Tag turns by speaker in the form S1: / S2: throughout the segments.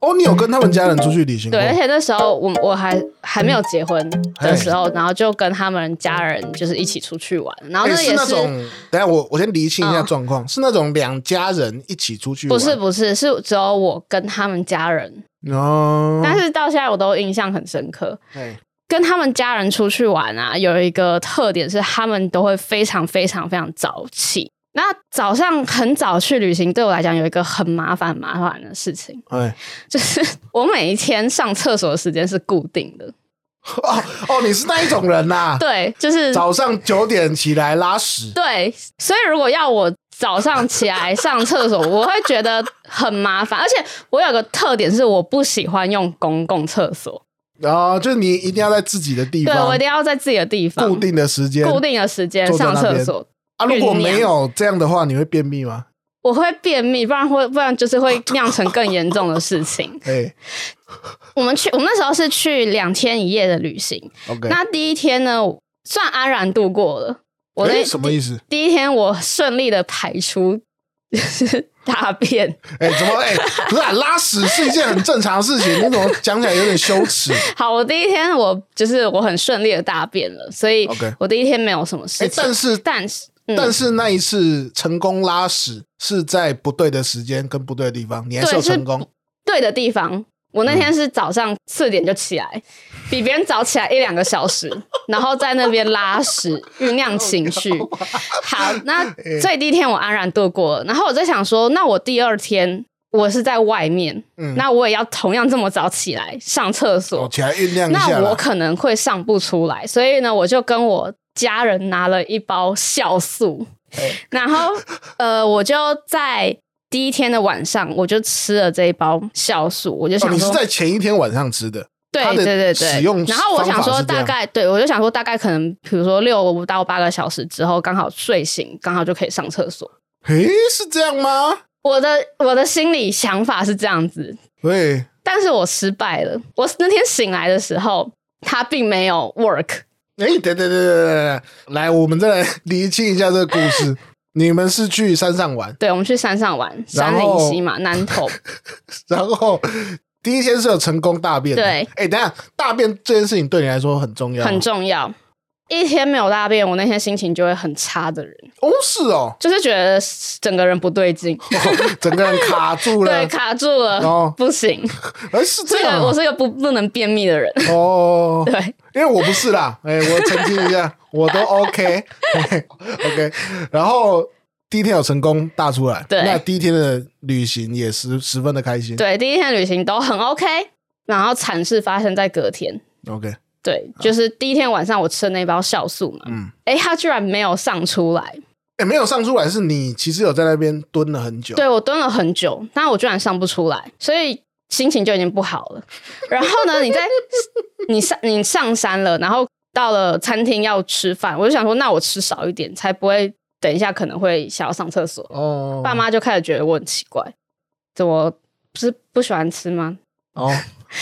S1: 哦，你有跟他们家人出去旅行过？哎
S2: 对，而且那时候我我还还没有结婚
S1: 嗯
S2: 的时候，然后就跟他们家人就是一起出去玩，然后
S1: 哎，
S2: 那
S1: 是
S2: 也
S1: 那种，等一下我我先厘清一下
S2: 嗯
S1: 状况，是那种两家人一起出去
S2: 不
S1: 玩，
S2: 是不是是只有我跟他们家人，
S1: 哦，哎
S2: 但是到现在我都印象很深刻。
S1: 嘿
S2: 跟他们家人出去玩啊，有一个特点是他们都会非常非常非常早起。那早上很早去旅行，对我来讲有一个很麻烦很麻烦的事情，
S1: 哎，
S2: 就是我每一天上厕所的时间是固定的。
S1: 哦哦，你是那一种人呐、
S2: 对，就是
S1: 早上九点起来拉屎，
S2: 对，所以如果要我早上起 来上厕所，我会觉得很麻烦，而且我有个特点是我不喜欢用公共厕所，
S1: 然后哦就是你一定要在自己的地
S2: 对我
S1: 方
S2: 一定要在自己的地方
S1: 固定的时间
S2: 固定的时间
S1: 坐在
S2: 上
S1: 那
S2: 厕
S1: 边
S2: 所。
S1: 啊。如果没有这样的话，你会便秘吗？。
S2: 我会便秘，不然会不然就是会酿成更严重的事情
S1: 哎
S2: 我们去，我们那时候是去两天一夜的旅行。
S1: ，OK，
S2: 那第一天呢，算安然度过了。我
S1: 哎
S2: 那
S1: 什么意思？
S2: 第一天我顺利的排出 就是大便，
S1: 哎、怎么哎、不是、啊、拉屎是一件很正常的事情，你怎么讲起来有点羞 耻？
S2: 好，我第一天我就是我很顺利的大便了，所以
S1: OK
S2: 我第一天没有什么事
S1: 哎、
S2: 情。
S1: 但是
S2: 但是，嗯
S1: 但是那一次成功拉屎是在不对的时间跟不对的地方，你还是有
S2: 对是
S1: 成功。
S2: 对的地方。我那天是早上四点就起来，比别人早起来一两个 小时，然后在那边拉屎酝酿情绪。
S1: Oh
S2: 好，那所以第一天我安然度过了。然后我在想说，那我第二天我是在外面，
S1: 嗯
S2: 那我也要同样这么早起来上厕所
S1: 我，起来酝酿一下
S2: 那我
S1: 啦。
S2: 可能会上不出来，所以呢，我就跟我家人拿了一包酵素，
S1: 哎
S2: 然后呃，我就在第一天的晚上，我就吃了这一包酵素，我就
S1: 哦，
S2: 想
S1: 你是
S2: 说，
S1: 在前一天晚上吃的，
S2: 对
S1: 它的
S2: 对对
S1: 使
S2: 对
S1: 用
S2: 然后我
S1: 方
S2: 想
S1: 法
S2: 说，
S1: 是这
S2: 大
S1: 样
S2: 概对我就想说，大概可能比如说六到八个小时之后，刚好睡醒，刚好就可以上厕所。
S1: 诶、是这样吗？
S2: 我的我的心里想法是这样子，
S1: 对，
S2: 但是我失败了。我那天醒来的时候，它并没有 work。
S1: 哎、对对对对对对，对来，我们再来厘清一下这个故事。你们是去山上玩，
S2: 对，我们去山上玩，
S1: 然
S2: 山
S1: 后
S2: 林溪嘛， 南投。
S1: 然后第一天是有成功大便的。
S2: 对
S1: 哎、等一下大便这件事情对啊你来说很重要吗，
S2: 很重要。一天没有大便，我那天心情就会很差的人，
S1: 哦，是哦，
S2: 就是觉得整个人不对劲，
S1: 哦整个人卡住了
S2: 对，，卡住了，
S1: 哦
S2: 不 行。
S1: 哎，是
S2: 这
S1: 这样
S2: 个我
S1: 啊
S2: 是个不不能便秘的人，
S1: 哦，
S2: 对，
S1: 因为我不是 啦，哎，我澄清一下，我都 OK，OK，、OK 然后第一天有成功大出来，
S2: 对
S1: 那第一天的旅行也十十分的开心，
S2: 对，第一天旅行都很 OK，然后惨事发生在隔天。
S1: ，OK，
S2: 对，就是第一天晚上我吃的那包酵素嘛，
S1: 啊嗯
S2: 嗯，哎，它居然没有上出来，
S1: 哎，没有上出来是你其实有在那边蹲了很久，
S2: 对我蹲了很久，但我居然上不出来，所以心情就已经不好 了。然后呢，你在 你上你上山了，然后到了餐厅要吃饭，我就想说，那我吃少一点，才不会等一下可能会想要上厕所。
S1: 哦，
S2: 爸妈就开始觉得我很奇怪，怎么不是不喜欢吃吗？
S1: 哦，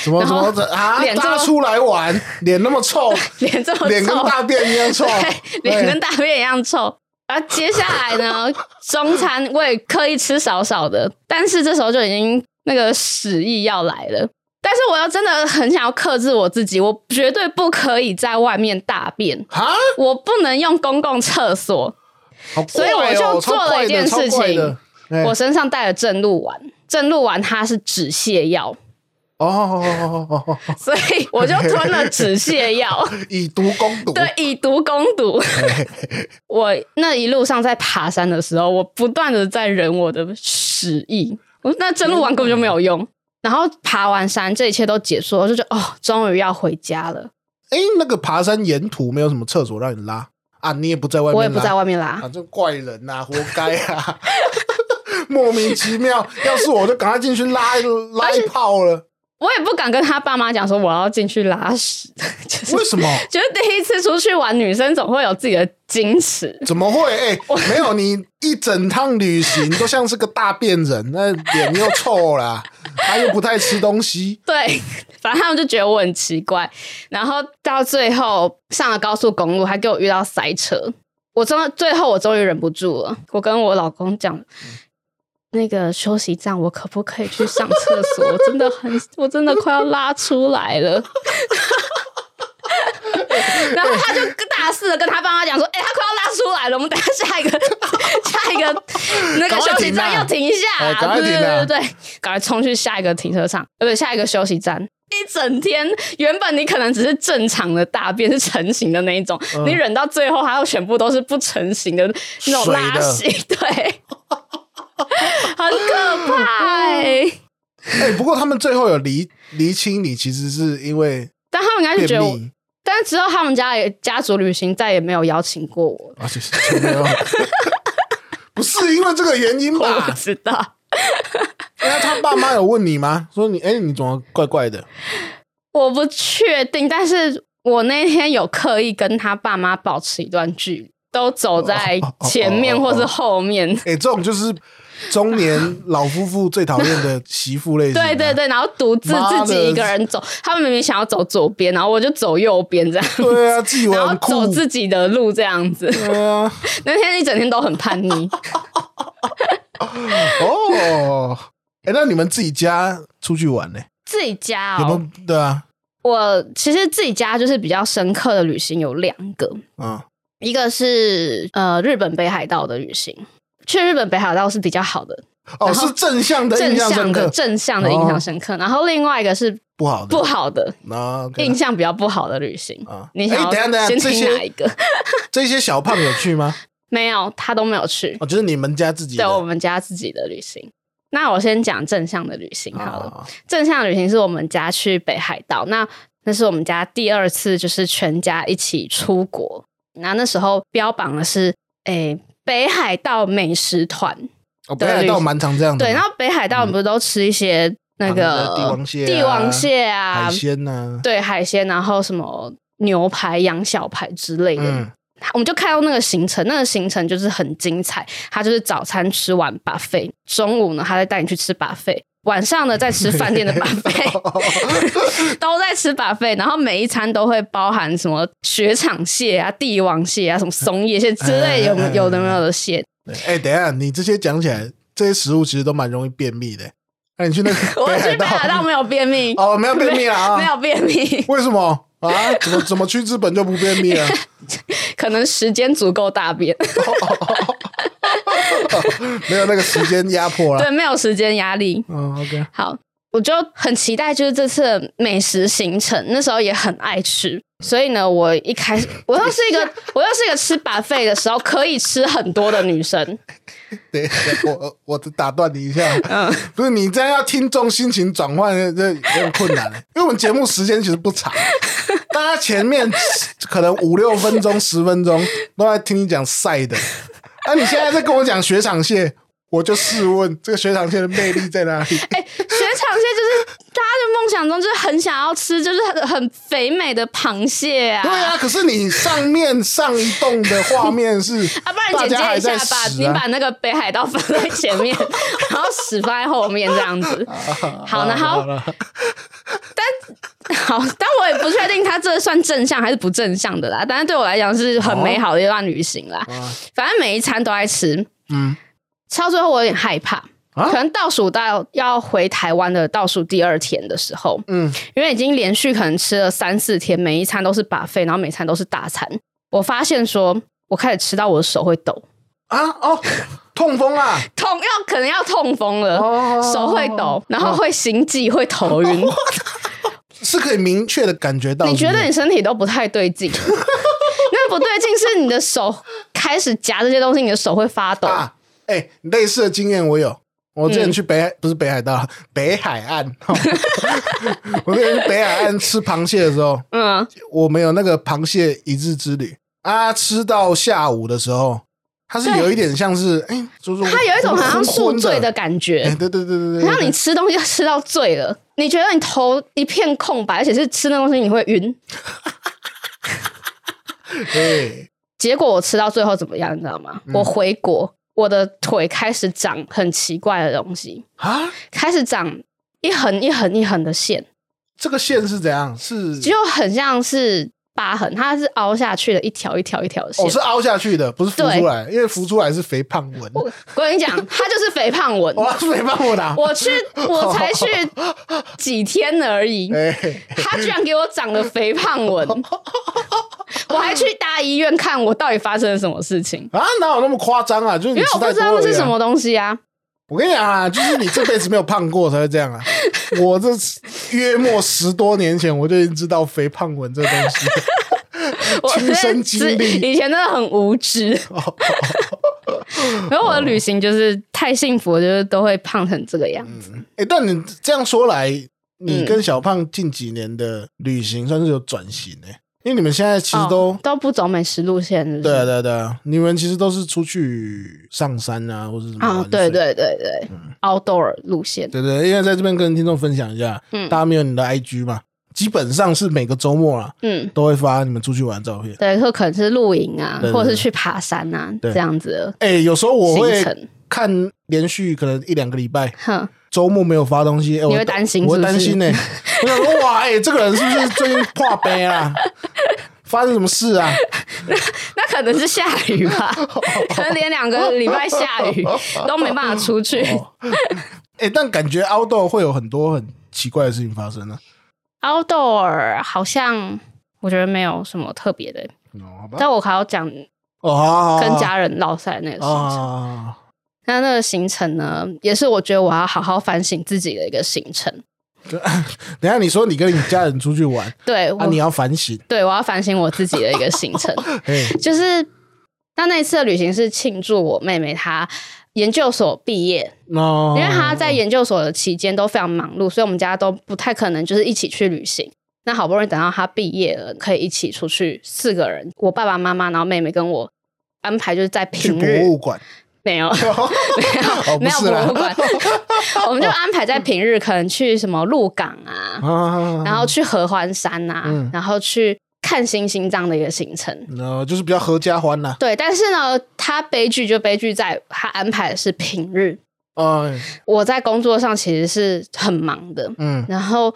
S1: 怎么
S2: 然
S1: 怎
S2: 后
S1: 么怎啊，
S2: 脸这么
S1: 大出来玩，脸那么 臭，
S2: 脸这么
S1: 脸跟
S2: 臭，
S1: 大便一样 臭，
S2: 对，脸跟大便一样臭。而接下来呢，中餐我也刻意吃少少的，但是这时候就已经那个屎意要来了。但是我要真的很想要克制我自己，我绝对不可以在外面大便，
S1: 啊，
S2: 我不能用公共厕所。
S1: 好怪哦
S2: 所以我就做了一件事情，
S1: 超怪的超怪的哎
S2: 我身上带了正露丸，正露丸它是止泻药，
S1: 哦哦哦哦哦哦，
S2: 所以我就吞了止泻药，
S1: 以毒攻毒，
S2: 对，以毒攻 毒。我那一路上在爬山的时候，我不断的在忍我的屎意，我那真录完根本就没有
S1: 嗯
S2: 用。然后爬完山，这一切都结束了，我就觉得哦，终于要回家了。
S1: 哎、那个爬山沿途没有什么厕所让你拉啊，你也不在外面拉，
S2: 我也不在外面
S1: 啊，
S2: 拉，
S1: 这怪人呐、啊，活该啊， 莫名其妙。要是我就赶快进去拉一拉一泡了，
S2: 我也不敢跟他爸妈讲说我要进去拉屎， 就是
S1: 为什么？
S2: 就是第一次出去玩，女生总会有自己的矜持。
S1: 怎么会？哎、没有，你一整趟旅行都像是个大便人，那脸又臭啦，他又不太吃东西，
S2: 对，反正他们就觉得我很奇怪。然后到最后上了高速公路，还给我遇到塞车。我真的最后我终于忍不住了，我跟我老公讲，那个休息站，我可不可以去上厕所？我真的很，我真的快要拉出来了。 然后他就大肆的跟他爸妈讲说：“哎、他快要拉出来了，我们等一下下一个下一个那个休息站要停一下、
S1: 赶快
S2: 对
S1: 停
S2: 对
S1: 啊
S2: 对对对，赶快冲去下一个停车场，呃，不，下一个休息站。”一整天，原本你可能只是正常的大便是成型的那一种，
S1: 嗯
S2: 你忍到最后还要全部都是不成型的那种拉稀， 对，很可怕、欸。
S1: 哎、不过他们最后有厘厘清你，其实是因为
S2: 但他们应该是觉
S1: 便
S2: 得我，
S1: 秘，
S2: 但是之后他们家也家族旅行再也没有邀请过我，
S1: 而且是啊就没有， 不是因为这个原因
S2: 我不
S1: 吧？
S2: 知道。
S1: 那哎他爸妈有问你吗？说你哎、你怎么怪怪的？
S2: 我不确定，但是我那天有刻意跟他爸妈保持一段距离，都
S1: 哦
S2: 走在前面或是后面。
S1: 哎、这种就是中年老夫妇最讨厌的媳妇类型、啊
S2: 对对，对，然后独自
S1: 妈的
S2: 自己一个人走，他们明明想要走左边，然后我就走右边这样，
S1: 对啊，自以为
S2: 然后
S1: 很
S2: 走
S1: 酷，
S2: 自己的路这样子。
S1: 对啊，
S2: 那天一整天都很叛逆，
S1: 哦，哎、那你们自己家出去玩呢、
S2: 自己家
S1: 有没
S2: 哦，
S1: 有？对啊，
S2: 我其实自己家就是比较深刻的旅行有两个，
S1: 嗯，
S2: 一个是呃日本北海道的旅行，去日本北海道是比较好的，
S1: 哦，
S2: 然后
S1: 是正向的
S2: 正
S1: 印象
S2: 向
S1: 深
S2: 的
S1: 刻，哦
S2: 正向的印象深刻。然后另外一个是
S1: 不好的
S2: 不好的
S1: 啊，OK
S2: 印象比较不好的旅行。
S1: 啊，
S2: 你
S1: 哎、
S2: 想
S1: 等一下等
S2: 要
S1: 一
S2: 先
S1: 下，这
S2: 听哪一
S1: 些
S2: 个？
S1: 这些小胖有去吗？
S2: 没有，他都没有去，
S1: 哦，就是你们家自己
S2: 对
S1: 的
S2: 我们家自己的旅行。那我先讲正向的旅行好了。
S1: 啊，
S2: 正向旅行是我们家去北海道，那那是我们家第二次就是全家一起出国。那那时候标榜的是诶、北海道美食团，
S1: 哦，北海道蛮常这样的嘛，
S2: 对，然后北海道我们不是都吃一些那个
S1: 螃帝王蟹啊
S2: 帝王蟹啊
S1: 海鲜呐、
S2: 对海鲜，然后什么牛排、羊小排之类的。
S1: 嗯，
S2: 我们就看到那个行程，那个行程就是很精彩。他就是早餐吃完 buffet，中午呢他再带你去吃 buffet，晚上呢再吃饭店的 buffet，都在吃 buffet。然后每一餐都会包含什么雪场蟹啊、帝王蟹啊、什么松叶蟹之类
S1: 嗯
S2: 有有的没有的蟹。
S1: 对哎、等一下，你这些讲起来，这些食物其实都蛮容易便秘的。那、你去那个
S2: 我
S1: 北
S2: 去
S1: 海
S2: 北
S1: 道，
S2: 海道没有便秘，
S1: 哦，没有便秘了啊？
S2: 没有便秘，
S1: 为什么啊？怎么怎么去日本就不便秘 了？
S2: 可能时间足够大便。
S1: 没有那个时间压迫了。
S2: 对，没有时间压力。
S1: 嗯，OK，
S2: 好，我就很期待就是这次的美食行程，那时候也很爱吃，所以呢，我一开 始我又是一个我又是一个吃 buffet 的时候可以吃很多的 女生，哎
S1: 对， 我我打断你一下，
S2: 嗯，
S1: 不是你这样要听众心情转换，这有点困难、因为我们节目时间其实不长，大家前面可能五六分钟、十分钟都在听你讲晒的，啊，你现在在跟我讲雪场蟹，我就试问这个雪场蟹的魅力在哪里？
S2: 哎、雪场蟹就是大家的梦想中就是很想要吃，就是很很肥美的螃蟹啊
S1: 对。啊，可是你上面上一栋的画面是
S2: 啊，不然
S1: 大
S2: 简
S1: 家还
S2: 介一
S1: 在
S2: 下
S1: 死
S2: 吧，你
S1: 啊
S2: 把那个北海道放在前面， 然后屎放在后面这样 子。
S1: 啊
S2: 好，然后
S1: 了
S2: 好，但我也不确定他这算正向还是不正向的啦。但是对我来讲是很
S1: 哦
S2: 美好的一段旅行啦。
S1: 啊
S2: 反正每一餐都爱吃，
S1: 嗯
S2: 吃到最后我有点害怕。
S1: 啊
S2: 可能倒数到要回台湾的倒数第二天的时候，
S1: 嗯，
S2: 因为已经连续可能吃了三四天，每一餐都是把费，然后每餐都是大餐。我发现说，我开始吃到我的手会抖，
S1: 啊哦，痛风啊，
S2: 痛要可能要痛风了，
S1: 哦
S2: 手会抖，然后会心悸，会 头晕。
S1: 是可以明确的感觉到
S2: 你觉
S1: 是不
S2: 得
S1: 是
S2: 你身体都不太对 劲，那不对劲是你的手开始夹这些东西，你的手会发抖。
S1: 啊？哎、类似的经验我有。我之
S2: 嗯
S1: 前去北海、不是北海道，北海岸。 我之前去北海岸吃螃蟹的时候，
S2: 嗯，
S1: 我们有那个螃蟹一日之旅啊，吃到下午的时候，它是
S2: 对
S1: 有一点像是哎、就是
S2: 它有一种好像宿醉
S1: 的
S2: 的感觉，
S1: 哎、对对对对对，
S2: 好像你吃东西吃到醉了，你觉得你头一片空白，而且是吃那东西你会晕。
S1: 对
S2: 结果我吃到最后怎么样，你知道吗？我回国，我的腿开始长很奇怪的东西，
S1: 啊，
S2: 开始长一横一横一横的线，
S1: 这个线是怎样？是
S2: 就很像是。疤痕，它是凹下去的一条一条一条的线。
S1: 我、哦、是凹下去的，不是浮出来，因为浮出来是肥胖纹。
S2: 我 我跟 你讲，它就是肥胖纹。
S1: 我是肥胖纹的啊、
S2: 我去，我才去几天而 已，
S1: 哎、
S2: 它居然给我长了肥 胖纹，我还去大医院看我到底发生了什么事情，
S1: 啊，哪有那么夸张啊？就是
S2: 因
S1: 你
S2: 为
S1: 吃
S2: 我不
S1: 太
S2: 知
S1: 多
S2: 道
S1: 了、
S2: 那是什。么东西啊。
S1: 我跟你讲啊，就是你这辈子没有胖过才会这样啊。我这约莫十多年前我就已经知道肥胖纹这东西了。
S2: 我
S1: 亲身经历
S2: 觉得自以前真的很无 知。然后我的旅行就是太幸福，就是都会胖成这个样子。
S1: 哎、但你这样说来，你
S2: 嗯
S1: 跟小胖近几年的旅行算是有转型哎、因为你们现在其实都、
S2: 哦都不走美食路线，是不是
S1: 对啊对啊对啊，你们其实都是出去上山啊，或是什么玩
S2: 啊，
S1: 水
S2: 对对对对，outdoor 路线，
S1: 对对，因为在这边跟听众分享一下，
S2: 嗯
S1: 大家没有你的 IG 嘛，基本上是每个周末啊
S2: 嗯，
S1: 都会发你们出去玩的照片。
S2: 对，或可能是露营啊
S1: 对对，对
S2: 或者是去爬山啊，
S1: 对
S2: 这样子的
S1: 哎、有时候我
S2: 行
S1: 会
S2: 程。
S1: 看连续可能一两个礼拜，
S2: 哼，
S1: 周末没有发东西，哎，我
S2: 你会担心
S1: 我会
S2: 是不是
S1: 担心呢、 我想说，哇，哎、这个人是不是最近破杯啊？ 发生什么事啊？
S2: 那可能是下 雨吧，可能连两个礼拜下雨都没办法出去。
S1: 哎、但感觉 outdoor 会有很多很奇怪的事情发生啊呢、
S2: outdoor 好像我觉得没有什么特别的，
S1: 哦，好吧，
S2: 但我还要讲
S1: 哦，好好好好，
S2: 跟家人唠赛那个行
S1: 啊
S2: 程。那那个行程呢，也是我觉得我要好好反省自己的一个行程。
S1: 等一下你说你跟你家人出去玩，
S2: 对我，
S1: 啊，你要反省，
S2: 对我要反省我自己的一个行 程，
S1: 嘿，
S2: 就是那那一次的旅行是庆祝我妹妹她研究所毕业，
S1: 那
S2: 因为她在研究所的期间都非常忙碌，所以我们家都不太可能就是一起去旅行。那好不容易等到她毕业了，可以一起出去，四个人，我爸爸妈妈，然后妹妹跟我安排就是在
S1: 去
S2: 平
S1: 博
S2: 日
S1: 物馆，
S2: 没有。
S1: 哦，不
S2: 没有
S1: 是
S2: 博
S1: 啦
S2: 物，馆，我们就安排在平日，可能去什么鹿港啊，
S1: 啊，
S2: 然后去合欢山啊，
S1: 嗯
S2: 然后去看星星这样的一个行程。
S1: 呃，就是比较合家欢啦，
S2: 对，但是呢，他悲剧就悲剧在他安排的是平日，
S1: 啊，
S2: 我在工作上其实是很忙的，
S1: 嗯，
S2: 然后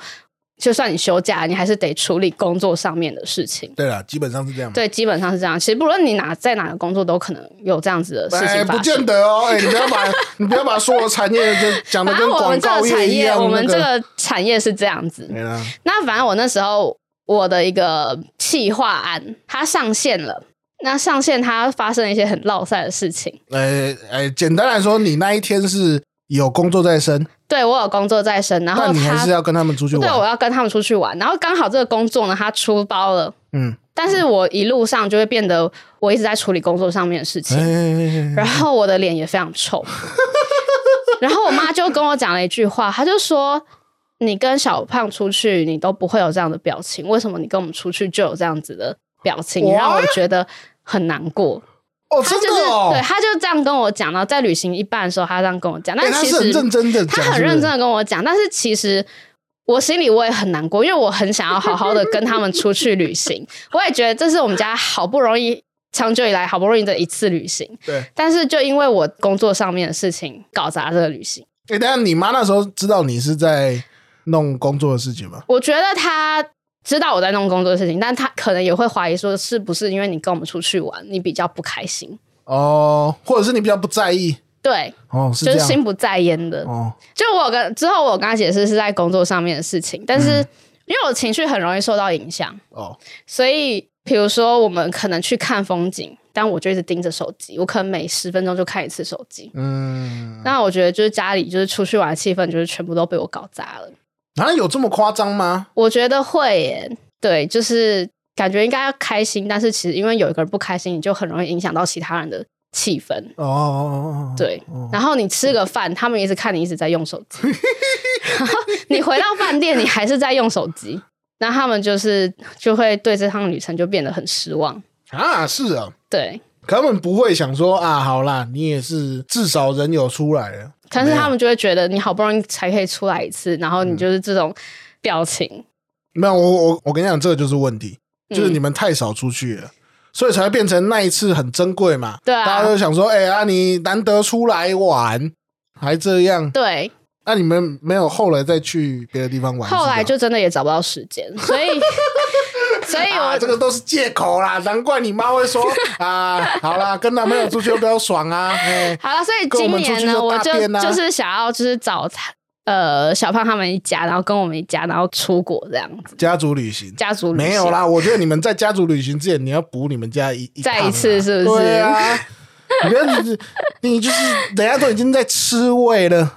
S2: 就算你休假，你还是得处理工作上面的事情。
S1: 对啦，基本上是这样嘛。
S2: 对，基本上是这样。其实不论你哪在哪个工作，都可能有这样子的事
S1: 哎、
S2: 情
S1: 不
S2: 发生。
S1: 见得哦，哎、你不要把 你不要把所有产业就讲的
S2: 反
S1: 跟
S2: 正 我
S1: 广
S2: 们这
S1: 告
S2: 个
S1: 业
S2: 产
S1: 一
S2: 业，
S1: 样，哎
S2: 我们
S1: 那
S2: 这
S1: 个
S2: 个产业是这样子。
S1: 没啦，
S2: 那反正我那时候我的一个企划案，它上线了。那上线它发生了一些很落塞的事情。
S1: 哎、哎、简单来说，你那一天是有工作在身，
S2: 对我有工作在身，然后
S1: 但你还
S2: 他
S1: 是要跟他们出去
S2: 对我
S1: 玩，
S2: 要跟他们出去玩，然后刚好这个工作呢，他出包了。
S1: 嗯，
S2: 但是我一路上就会变得，我一直在处理工作上面的事情，
S1: 哎、哎
S2: 然后我的脸也非常臭。 然后我妈就跟我讲了一句话，她就说：“你跟小胖出去，你都不会有这样的表情，为什么你跟我们出去就有这样子的表情？你让我觉得很难过。
S1: 哦，
S2: 她
S1: 真
S2: 就是
S1: 的哦，
S2: 对，她就这样跟我讲。然后在旅行一半的时候，她这样跟我讲，
S1: 哎
S2: 但
S1: 他
S2: 其
S1: 是
S2: 实
S1: 很认真的
S2: 他
S1: 讲，
S2: 很
S1: 是不是
S2: 认真的跟我讲，但是其实我心里我也很难过，因为我很想要好好的跟他们出去旅行，我也觉得这是我们家好不容易长久以来好不容易的一次旅行，
S1: 对。哎、
S2: 但是就因为我工作上面的事情搞砸这个旅行，
S1: 哎等一下你妈那时候知道你是在弄工作的事情吗？
S2: 我觉得他。知道我在弄工作的事情，但他可能也会怀疑说，是不是因为你跟我们出去玩，你比较不开心？
S1: 哦，或者是你比较不在意？
S2: 对，
S1: 哦，是这
S2: 就是
S1: 样。
S2: 心不在焉的。
S1: 哦，
S2: 就我有跟之后我有跟他解释是在工作上面的事情，
S1: 嗯
S2: 但是因为我情绪很容易受到影响，
S1: 哦，
S2: 所以，比如说我们可能去看风景，但我就一直盯着手机，我可能每十分钟就看一次手机。
S1: 嗯，
S2: 那我觉得就是家里就是出去玩的气氛，就是全部都被我搞砸了。
S1: 啊，有这么夸张吗？
S2: 我觉得会耶，对，就是感觉应该要开心，但是其实因为有一个人不开心，你就很容易影响到其他人的气氛。
S1: 哦哦，哦哦
S2: 对
S1: 哦，
S2: 然后你吃个饭，他们一直看你一直在用手机，然后你回到饭店，你还是在用手机，那他们就是就会对这趟旅程就变得很失望。
S1: 啊，是啊，
S2: 对，
S1: 可他们不会想说啊，好啦，你也是至少人有出来了。
S2: 但是他们就会觉得你好不容易才可以出来一次，然
S1: 嗯
S2: 后你就是这种表情，
S1: 没有，我我我跟你讲，这个就是问题，
S2: 嗯
S1: 就是你们太少出去了。所以才会变成那一次很珍贵嘛，
S2: 对啊
S1: 大家都想说，哎、呀、你难得出来玩，还这样，
S2: 对。
S1: 那、你们没有后来再去别的地方玩？
S2: 后来
S1: 是吧
S2: 就真的也找不到时间，所以所以我、
S1: 啊，这个都是借口啦，难怪你妈会说啊，好啦，跟男朋友出去又比较爽啊，哎、
S2: 好了，所以
S1: 跟我
S2: 今
S1: 们出
S2: 年
S1: 去
S2: 呢，
S1: 就
S2: 我
S1: 大
S2: 就
S1: 便啊
S2: 就是想要就是找他呃小胖他们一家，然后跟我们一家，然后出国这样子，
S1: 家族旅行。
S2: 家族旅行
S1: 没有，啦，我觉得你们在家族旅行之前，你要补你们家 一一
S2: 再
S1: 趟啊
S2: 一次是不是
S1: 对啊，你不要你你就是人家都已经在吃味 了，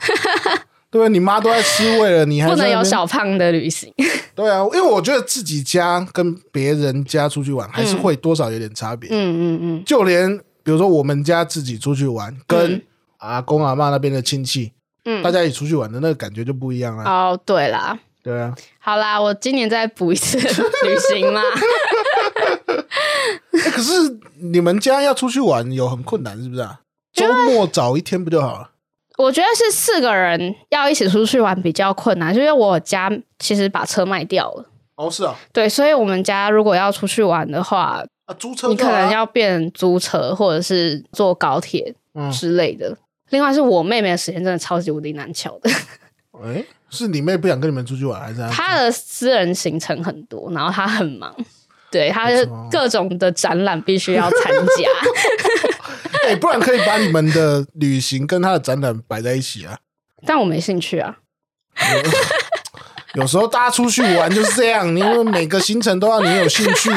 S1: 对啊吧？你妈都在吃味了，你还
S2: 不
S1: 在
S2: 能
S1: 那
S2: 有
S1: 边
S2: 小胖的旅行。
S1: 对啊，因为我觉得自己家跟别人家出去玩，还是会多少有点差别。
S2: 嗯嗯嗯嗯，
S1: 就连比如说我们家自己出去玩，跟阿公阿妈那边的亲戚，
S2: 嗯
S1: 大家一起出去玩的那个感觉就不一样啦。
S2: 哦对啦，
S1: 对啊，
S2: 好啦，我今年再补一次旅行嘛。
S1: 诶哎可是你们家要出去玩有很困难，是不是 啊？周末早一天不就好了？
S2: 我觉得是四个人要一起出去玩比较困难，就是我家其实把车卖掉了，
S1: 哦，是啊，
S2: 对，所以我们家如果要出去玩的话，
S1: 啊，租车
S2: 你
S1: 就
S2: 可
S1: 好
S2: 能
S1: 啦
S2: 要变租车或者是坐高铁
S1: 嗯，
S2: 之类的。另外是我妹妹的时间真的超级无敌难瞧的，
S1: 哎，是你妹不想跟你们出去玩，还是她
S2: 她的私人行程很多，然后她很忙，对，她是各种的展览必须要参 加，
S1: 哎，不然可以把你们的旅行跟她的展览摆在一起啊。
S2: 但我没兴趣啊。
S1: 有时候大家出去玩就是这样，因为每个行程都要你有兴 趣，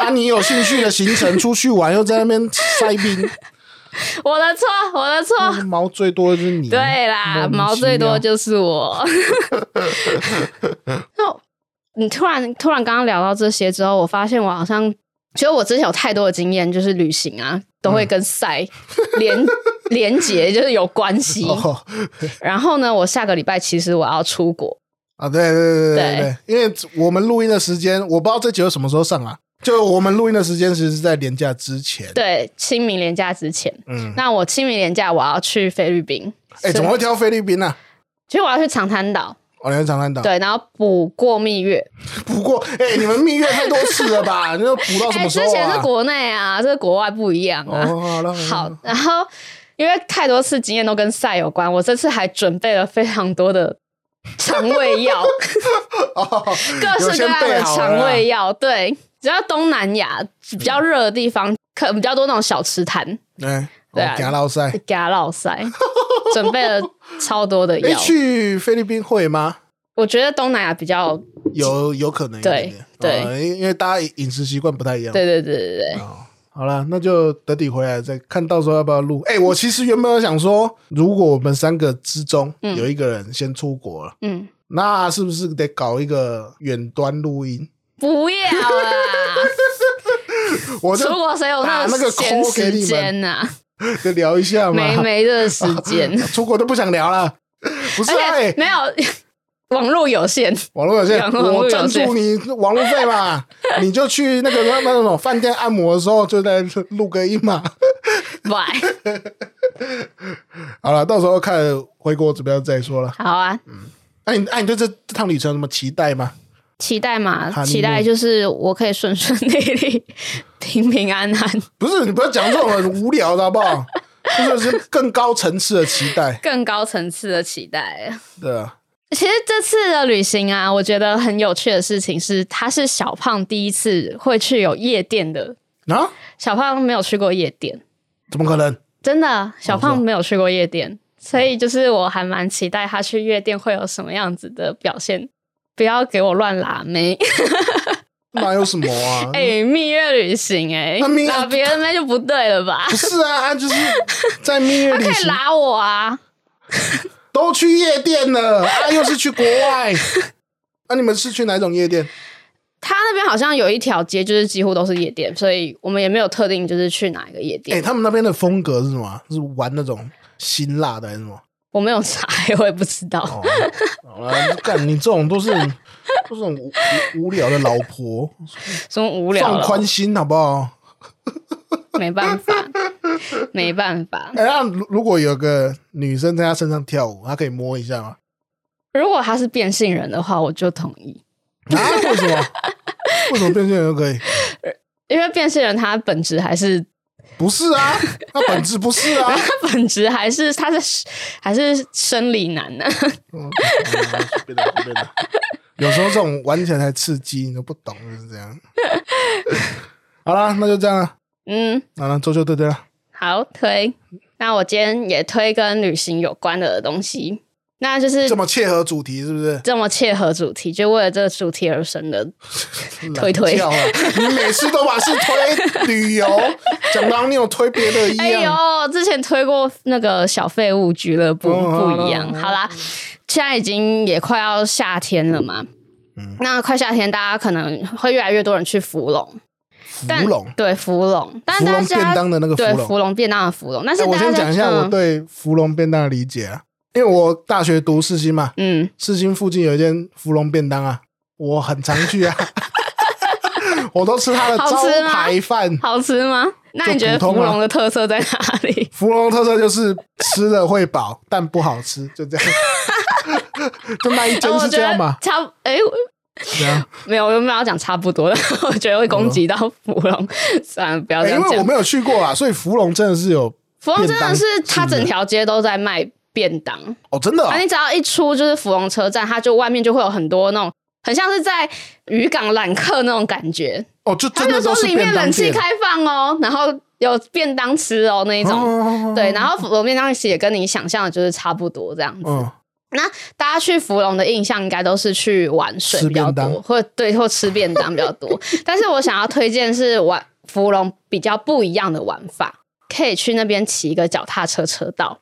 S1: 啊，你有兴趣的行程出去玩又在那边塞 冰，
S2: 我的错，我的错，
S1: 毛最多的就是你。
S2: 哦
S1: 啊
S2: 对啦，
S1: 莫名其妙
S2: 毛最多就 是我。那你突然突然刚刚聊到这些之后，我发现我好像，其实我之前有太多的经验，就是旅行啊，都
S1: 嗯
S2: 会跟赛连、连结，就是有关系。
S1: 哦
S2: 然后呢，我下个礼拜其实我要出国，
S1: 啊，对对对对
S2: 对
S1: 对，因为我们录音的时间，我不知道这节目什么时候上啊。就我们录音的时间，其实是在年假之前。
S2: 对，清明连假之前。
S1: 嗯，
S2: 那我清明连假我要去菲律宾，
S1: 哎，怎么会挑菲律宾呢、啊？
S2: 其实我要去长滩岛，
S1: 哦，你们长滩岛。
S2: 对，然后补过蜜月。
S1: 不过，哎，你们蜜月太多次了 吧？你都补到什
S2: 哎、
S1: 么时
S2: 之
S1: 候
S2: 前
S1: 啊？
S2: 是国内啊，这个国外不一样啊。
S1: 哦，好了，
S2: 好，然后因为太多次经验都跟赛有关，我这次还准备了非常多的肠胃药，
S1: 哦，
S2: 各
S1: 有
S2: 式各
S1: 先
S2: 样
S1: 备
S2: 的
S1: 好
S2: 肠
S1: 了啦
S2: 胃药。对，只要东南亚比较热的地方，可比较多那种小吃摊，
S1: 哎，
S2: 对啊
S1: 加老塞。
S2: 给他落 塞，准备了超多的
S1: 哎，
S2: 药。
S1: 去菲律宾会吗？
S2: 我觉得东南亚比较，
S1: 有有可能一点点，
S2: 对
S1: 哦因因为大家饮食习惯不太一样。
S2: 对对对对
S1: 哦
S2: 对，
S1: 好啦，那就等你回来再看，到时候要不要录？哎、
S2: 嗯
S1: 我其实原本有想说，如果我们三个之中有一个人先出国了，
S2: 嗯，
S1: 那是不是得搞一个远端录音？
S2: 不要啦，
S1: 我就
S2: 出国谁有
S1: 打那个
S2: 个闲
S1: call 给你
S2: 时
S1: 们
S2: 间呐、
S1: 就聊一下嘛。
S2: 没没这个时间。
S1: 出国都不想聊了，不是啊、
S2: 而且
S1: 哎，
S2: 没有 网络有限，
S1: 网络有限，
S2: 网络
S1: 我
S2: 有
S1: 赞
S2: 限
S1: 助你网络费 嘛，你就去那个那那种饭店按摩的时候，就在录个音嘛。
S2: 拜。
S1: 好了，到时候看回国怎么样再说了。
S2: 好啊，
S1: 那、你那、你对这这趟旅程有什么期待吗？
S2: 期待
S1: 哈
S2: 嘛，
S1: 尼
S2: 期待
S1: 莫
S2: 就是我可以顺顺利利、平平安安，
S1: 不是，你不要讲这种很无聊的好不好？ 就是更高层次的期待，
S2: 更高层次的期待。
S1: 对啊，
S2: 其实这次的旅行啊，我觉得很有趣的事情是，他是小胖第一次会去有夜店的。
S1: 啊，
S2: 小胖没有去过夜店，
S1: 怎么可能？
S2: 真的，小
S1: 哦
S2: 胖
S1: 是
S2: 没有去过夜店，所以就是我还蛮期待他去夜店会有什么样子的表现。不要给我乱拉妹。
S1: 哪有什么啊？
S2: 哎、蜜月旅行哎、
S1: 那蜜月
S2: 拉别人那就不对了吧
S1: 不？是啊，啊就是在蜜月
S2: 他可
S1: 旅
S2: 以
S1: 行
S2: 拉我啊，
S1: 都去夜店了，啊，又是去国 外。那、你们是去哪种夜店？
S2: 他那边好像有一条街就是几乎都是夜店，所以我们也没有特定就是去哪一个夜
S1: 哎、
S2: 店。
S1: 他们那边的风格是什么啊？是玩那种辛辣的还是什么？
S2: 我没有查，我也不知道。
S1: 哦，好了，干你这种都是都是这种无无无聊的老婆，
S2: 什么无聊
S1: 放
S2: 了，
S1: 宽心好不好？
S2: 没办 法，没办法。
S1: 哎、那如如果有个女生在她身上跳舞，她可以摸一下吗？
S2: 如果他是变性人的话，我就同意，
S1: 啊？为什 么？为什么变性人就可以？
S2: 因为变性人他本质还是
S1: 不是啊， 那本质不是啊。
S2: 他本质还是他是还是生理男呢、啊哦
S1: 嗯，嗯随便的，随便的。有时候这种玩起来才刺激，你都不懂就是这样。好啦，那就这样了，
S2: 嗯，
S1: 好了，周就对对了，
S2: 好推。那我今天也推跟旅行有关的东西，那就是
S1: 这么切合主题是不是？
S2: 这么切合主题，就为了这个主题而 生的。推推
S1: 懒觉啊，你每次都把是推旅 游，讲到你有推别的一
S2: 哎
S1: 样。
S2: 呦，之前推过那个小废物俱乐部
S1: 哦
S2: 不一样，好啦，现在已经也快要夏天了嘛。
S1: 嗯
S2: 那快夏天，大家可能会越来越多人去芙蓉，但
S1: 芙蓉，
S2: 对芙蓉，但
S1: 芙蓉
S2: 大家
S1: 便当的那个芙蓉
S2: 对芙蓉便当的芙蓉，但是
S1: 哎我
S2: 大家
S1: 先讲一下
S2: 嗯
S1: 我对芙蓉便当的理解啊，因为我大学读世新嘛，
S2: 嗯，
S1: 世新附近有一间芙蓉便当啊，我很常去 啊，我都吃它的
S2: 好
S1: 招
S2: 吃吗
S1: 牌饭。
S2: 好吃吗？那你
S1: 就
S2: 觉得
S1: 普通
S2: 芙
S1: 啊
S2: 蓉的特色在哪里？
S1: 芙蓉特色就是吃了会饱，但不好吃，就 这样。就那一间
S2: 哦我
S1: 是这
S2: 觉得
S1: 样 嘛？
S2: 差不哎、
S1: 这样，
S2: 没有，我又没有要讲差不多， 但我觉得会攻击到芙蓉， 算了，不要
S1: 哎
S2: 这样
S1: 因为我
S2: 讲。
S1: 没有去过啊，所以芙蓉真的是有
S2: 芙蓉真
S1: 便
S2: 的
S1: 当
S2: 是
S1: 是
S2: 它
S1: 不是
S2: 整条街都在卖便当，
S1: 哦，真的哦
S2: 啊，你只要一出就是芙蓉车站，它就外面就会有很多那种。很像是在渔港揽客那种感觉，
S1: 哦，就
S2: 他
S1: 真
S2: 就
S1: 的
S2: 说
S1: 都是
S2: 里面
S1: 便当
S2: 冷气
S1: 店。
S2: 开放哦，然后有便当吃哦那一种，
S1: 哦
S2: 对，，然后芙蓉便当其实也跟你想象的就是差不多这样子。
S1: 嗯，
S2: 那大家去芙蓉的印象应该都是去玩水
S1: 吃
S2: 比较
S1: 便当
S2: 多，或对或吃便当比较多。但是我想要推荐是玩芙蓉比较不一样的玩法，可以去那边骑一个脚踏车车道。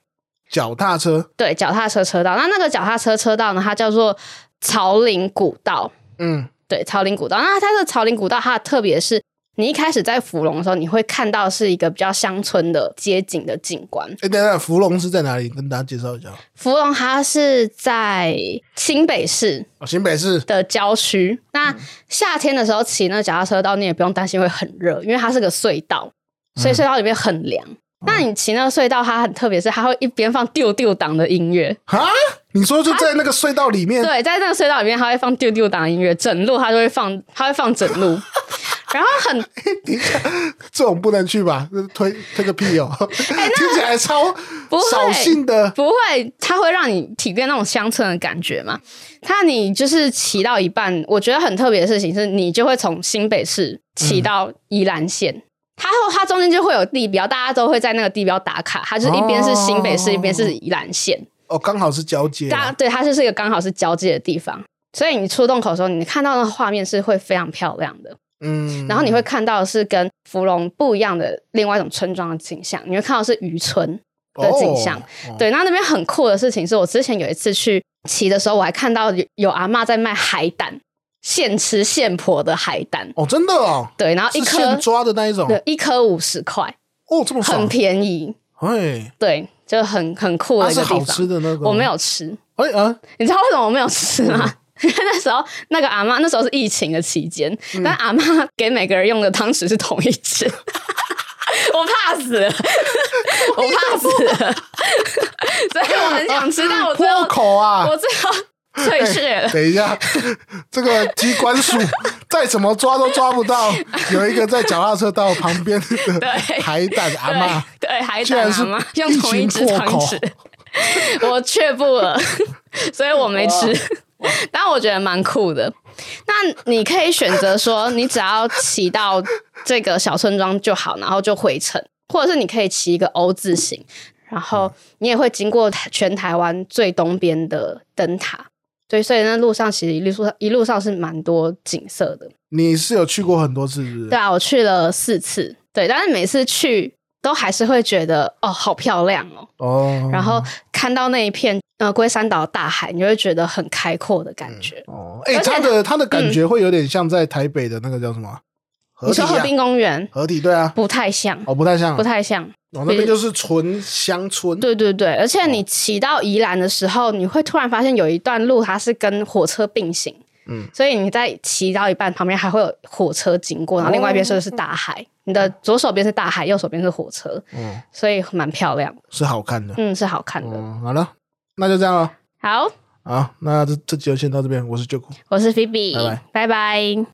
S1: 脚踏车，
S2: 对，脚踏车车道。那那个脚踏车车道呢，它叫做草岭古道。
S1: 嗯，
S2: 对，草岭古道。那它的草岭古道，它的特别是，你一开始在芙蓉的时候，你会看到是一个比较乡村的街景的景观。
S1: 哎，等等，芙蓉是在哪里？跟大家介绍一下。
S2: 芙蓉它是在新北市
S1: 哦，新北市，
S2: 的郊区。那夏天的时候骑那个脚踏车道，你也不用担心会很热，因为它是个隧道，所以隧道里面很凉。那你骑那个隧道，它很特别，是它会一边放丢丢档的音乐，
S1: 哈，你说就在那个隧道里面，
S2: 对，在那个隧道里面，它会放丢丢档的音乐，整路它就会放，它会放整路，然后很
S1: 这种不能去吧？这推推个屁哦， 听起来超
S2: 哎 不会
S1: 扫兴的。
S2: 不会，它会让你体验那种乡村的感觉嘛？它你就是骑到一半，我觉得很特别的事情是，你就会从新北市骑到宜兰县。它后它中间就会有地标，大家都会在那个地标打卡。它就是一边是新北市，
S1: 哦
S2: 一边是宜兰县，
S1: 哦，刚好是交界
S2: 大家
S1: 啊，
S2: 对它就是一个刚好是交界的地方。所以你出洞口的时候，你看到的画面是会非常漂亮的。
S1: 嗯，
S2: 然后你会看到的是跟芙蓉不一样的另外一种村庄的景象，你会看到是渔村的景象。
S1: 哦，哦
S2: 对，那那边很酷的事情是我之前有一次去骑的时候，我还看到有有阿嬷在卖海胆，现吃现剖的海胆，
S1: 哦，真的哦，
S2: 对，然后一
S1: 是
S2: 颗
S1: 现抓的那一种，
S2: 对一颗五十块，
S1: 哦，这么
S2: 很
S1: 爽，
S2: 便宜，
S1: 哎，
S2: 对，就很很酷
S1: 它
S2: 的一
S1: 啊是
S2: 个地
S1: 好
S2: 方。
S1: 吃的那个，
S2: 我没，有吃，
S1: 哎啊，
S2: 你知道为什么我没有吃吗？
S1: 嗯
S2: 因为 那时候那个阿嬷那时候是疫情的期间，
S1: 嗯
S2: 但阿嬷给每个人用的汤匙是同一只， 我怕死了，我怕死了， 所以 我很想吃，但 我最后
S1: 破口啊， 哎
S2: 我最后退却了。
S1: 等一下，这个机关 鼠再怎么抓都抓不到，有一个在脚踏车道旁边的
S2: 对
S1: 海胆阿妈，
S2: 对对，海
S1: 居
S2: 胆
S1: 然
S2: 阿
S1: 是
S2: 妈 用同一只
S1: 一群
S2: 汤
S1: 破口
S2: 匙， 我却步了，所以我没吃。但我觉得蛮酷的。那你可以选择说，你只要骑到这个小村庄就好，然后就回程，或者是你可以骑一个 O 字形，然
S1: 嗯
S2: 后你也会经过全台湾最东边的灯塔。对，所以那路上其实一路上一路上是蛮多景色的。
S1: 你是有去过很多次是不是？
S2: 对啊，我去了四次，对，但是每次去都还是会觉得哦，好漂亮哦。
S1: 哦，
S2: 然后看到那一片呃龟山岛的大海，你就会觉得很开阔的感觉。
S1: 哦，哎、
S2: 而且嗯
S1: 它的它的感觉会有点像在台北的那个叫什么合
S2: 你
S1: 体、
S2: 说
S1: 啊、
S2: 河滨公园
S1: 合体对啊，
S2: 不太像，
S1: 哦，不太像啊，
S2: 不太像。
S1: 哦，那边就是纯乡村，
S2: 对对对，而且你
S1: 哦
S2: 骑到宜兰的时候，你会突然发现有一段路它是跟火车并行，
S1: 嗯，
S2: 所以你在骑到一半，旁边还会有火车经过，
S1: 哦
S2: 然后另外一边就是大海，你的左手边是大海，右手边是火车，
S1: 嗯，
S2: 所以蛮漂亮的，
S1: 是好看的。
S2: 嗯，是好看的。
S1: 嗯，好了，那就这样了。
S2: 好，
S1: 好，那这这集就先到这边，我是九姑。
S2: 我是菲比，
S1: 拜拜
S2: 拜拜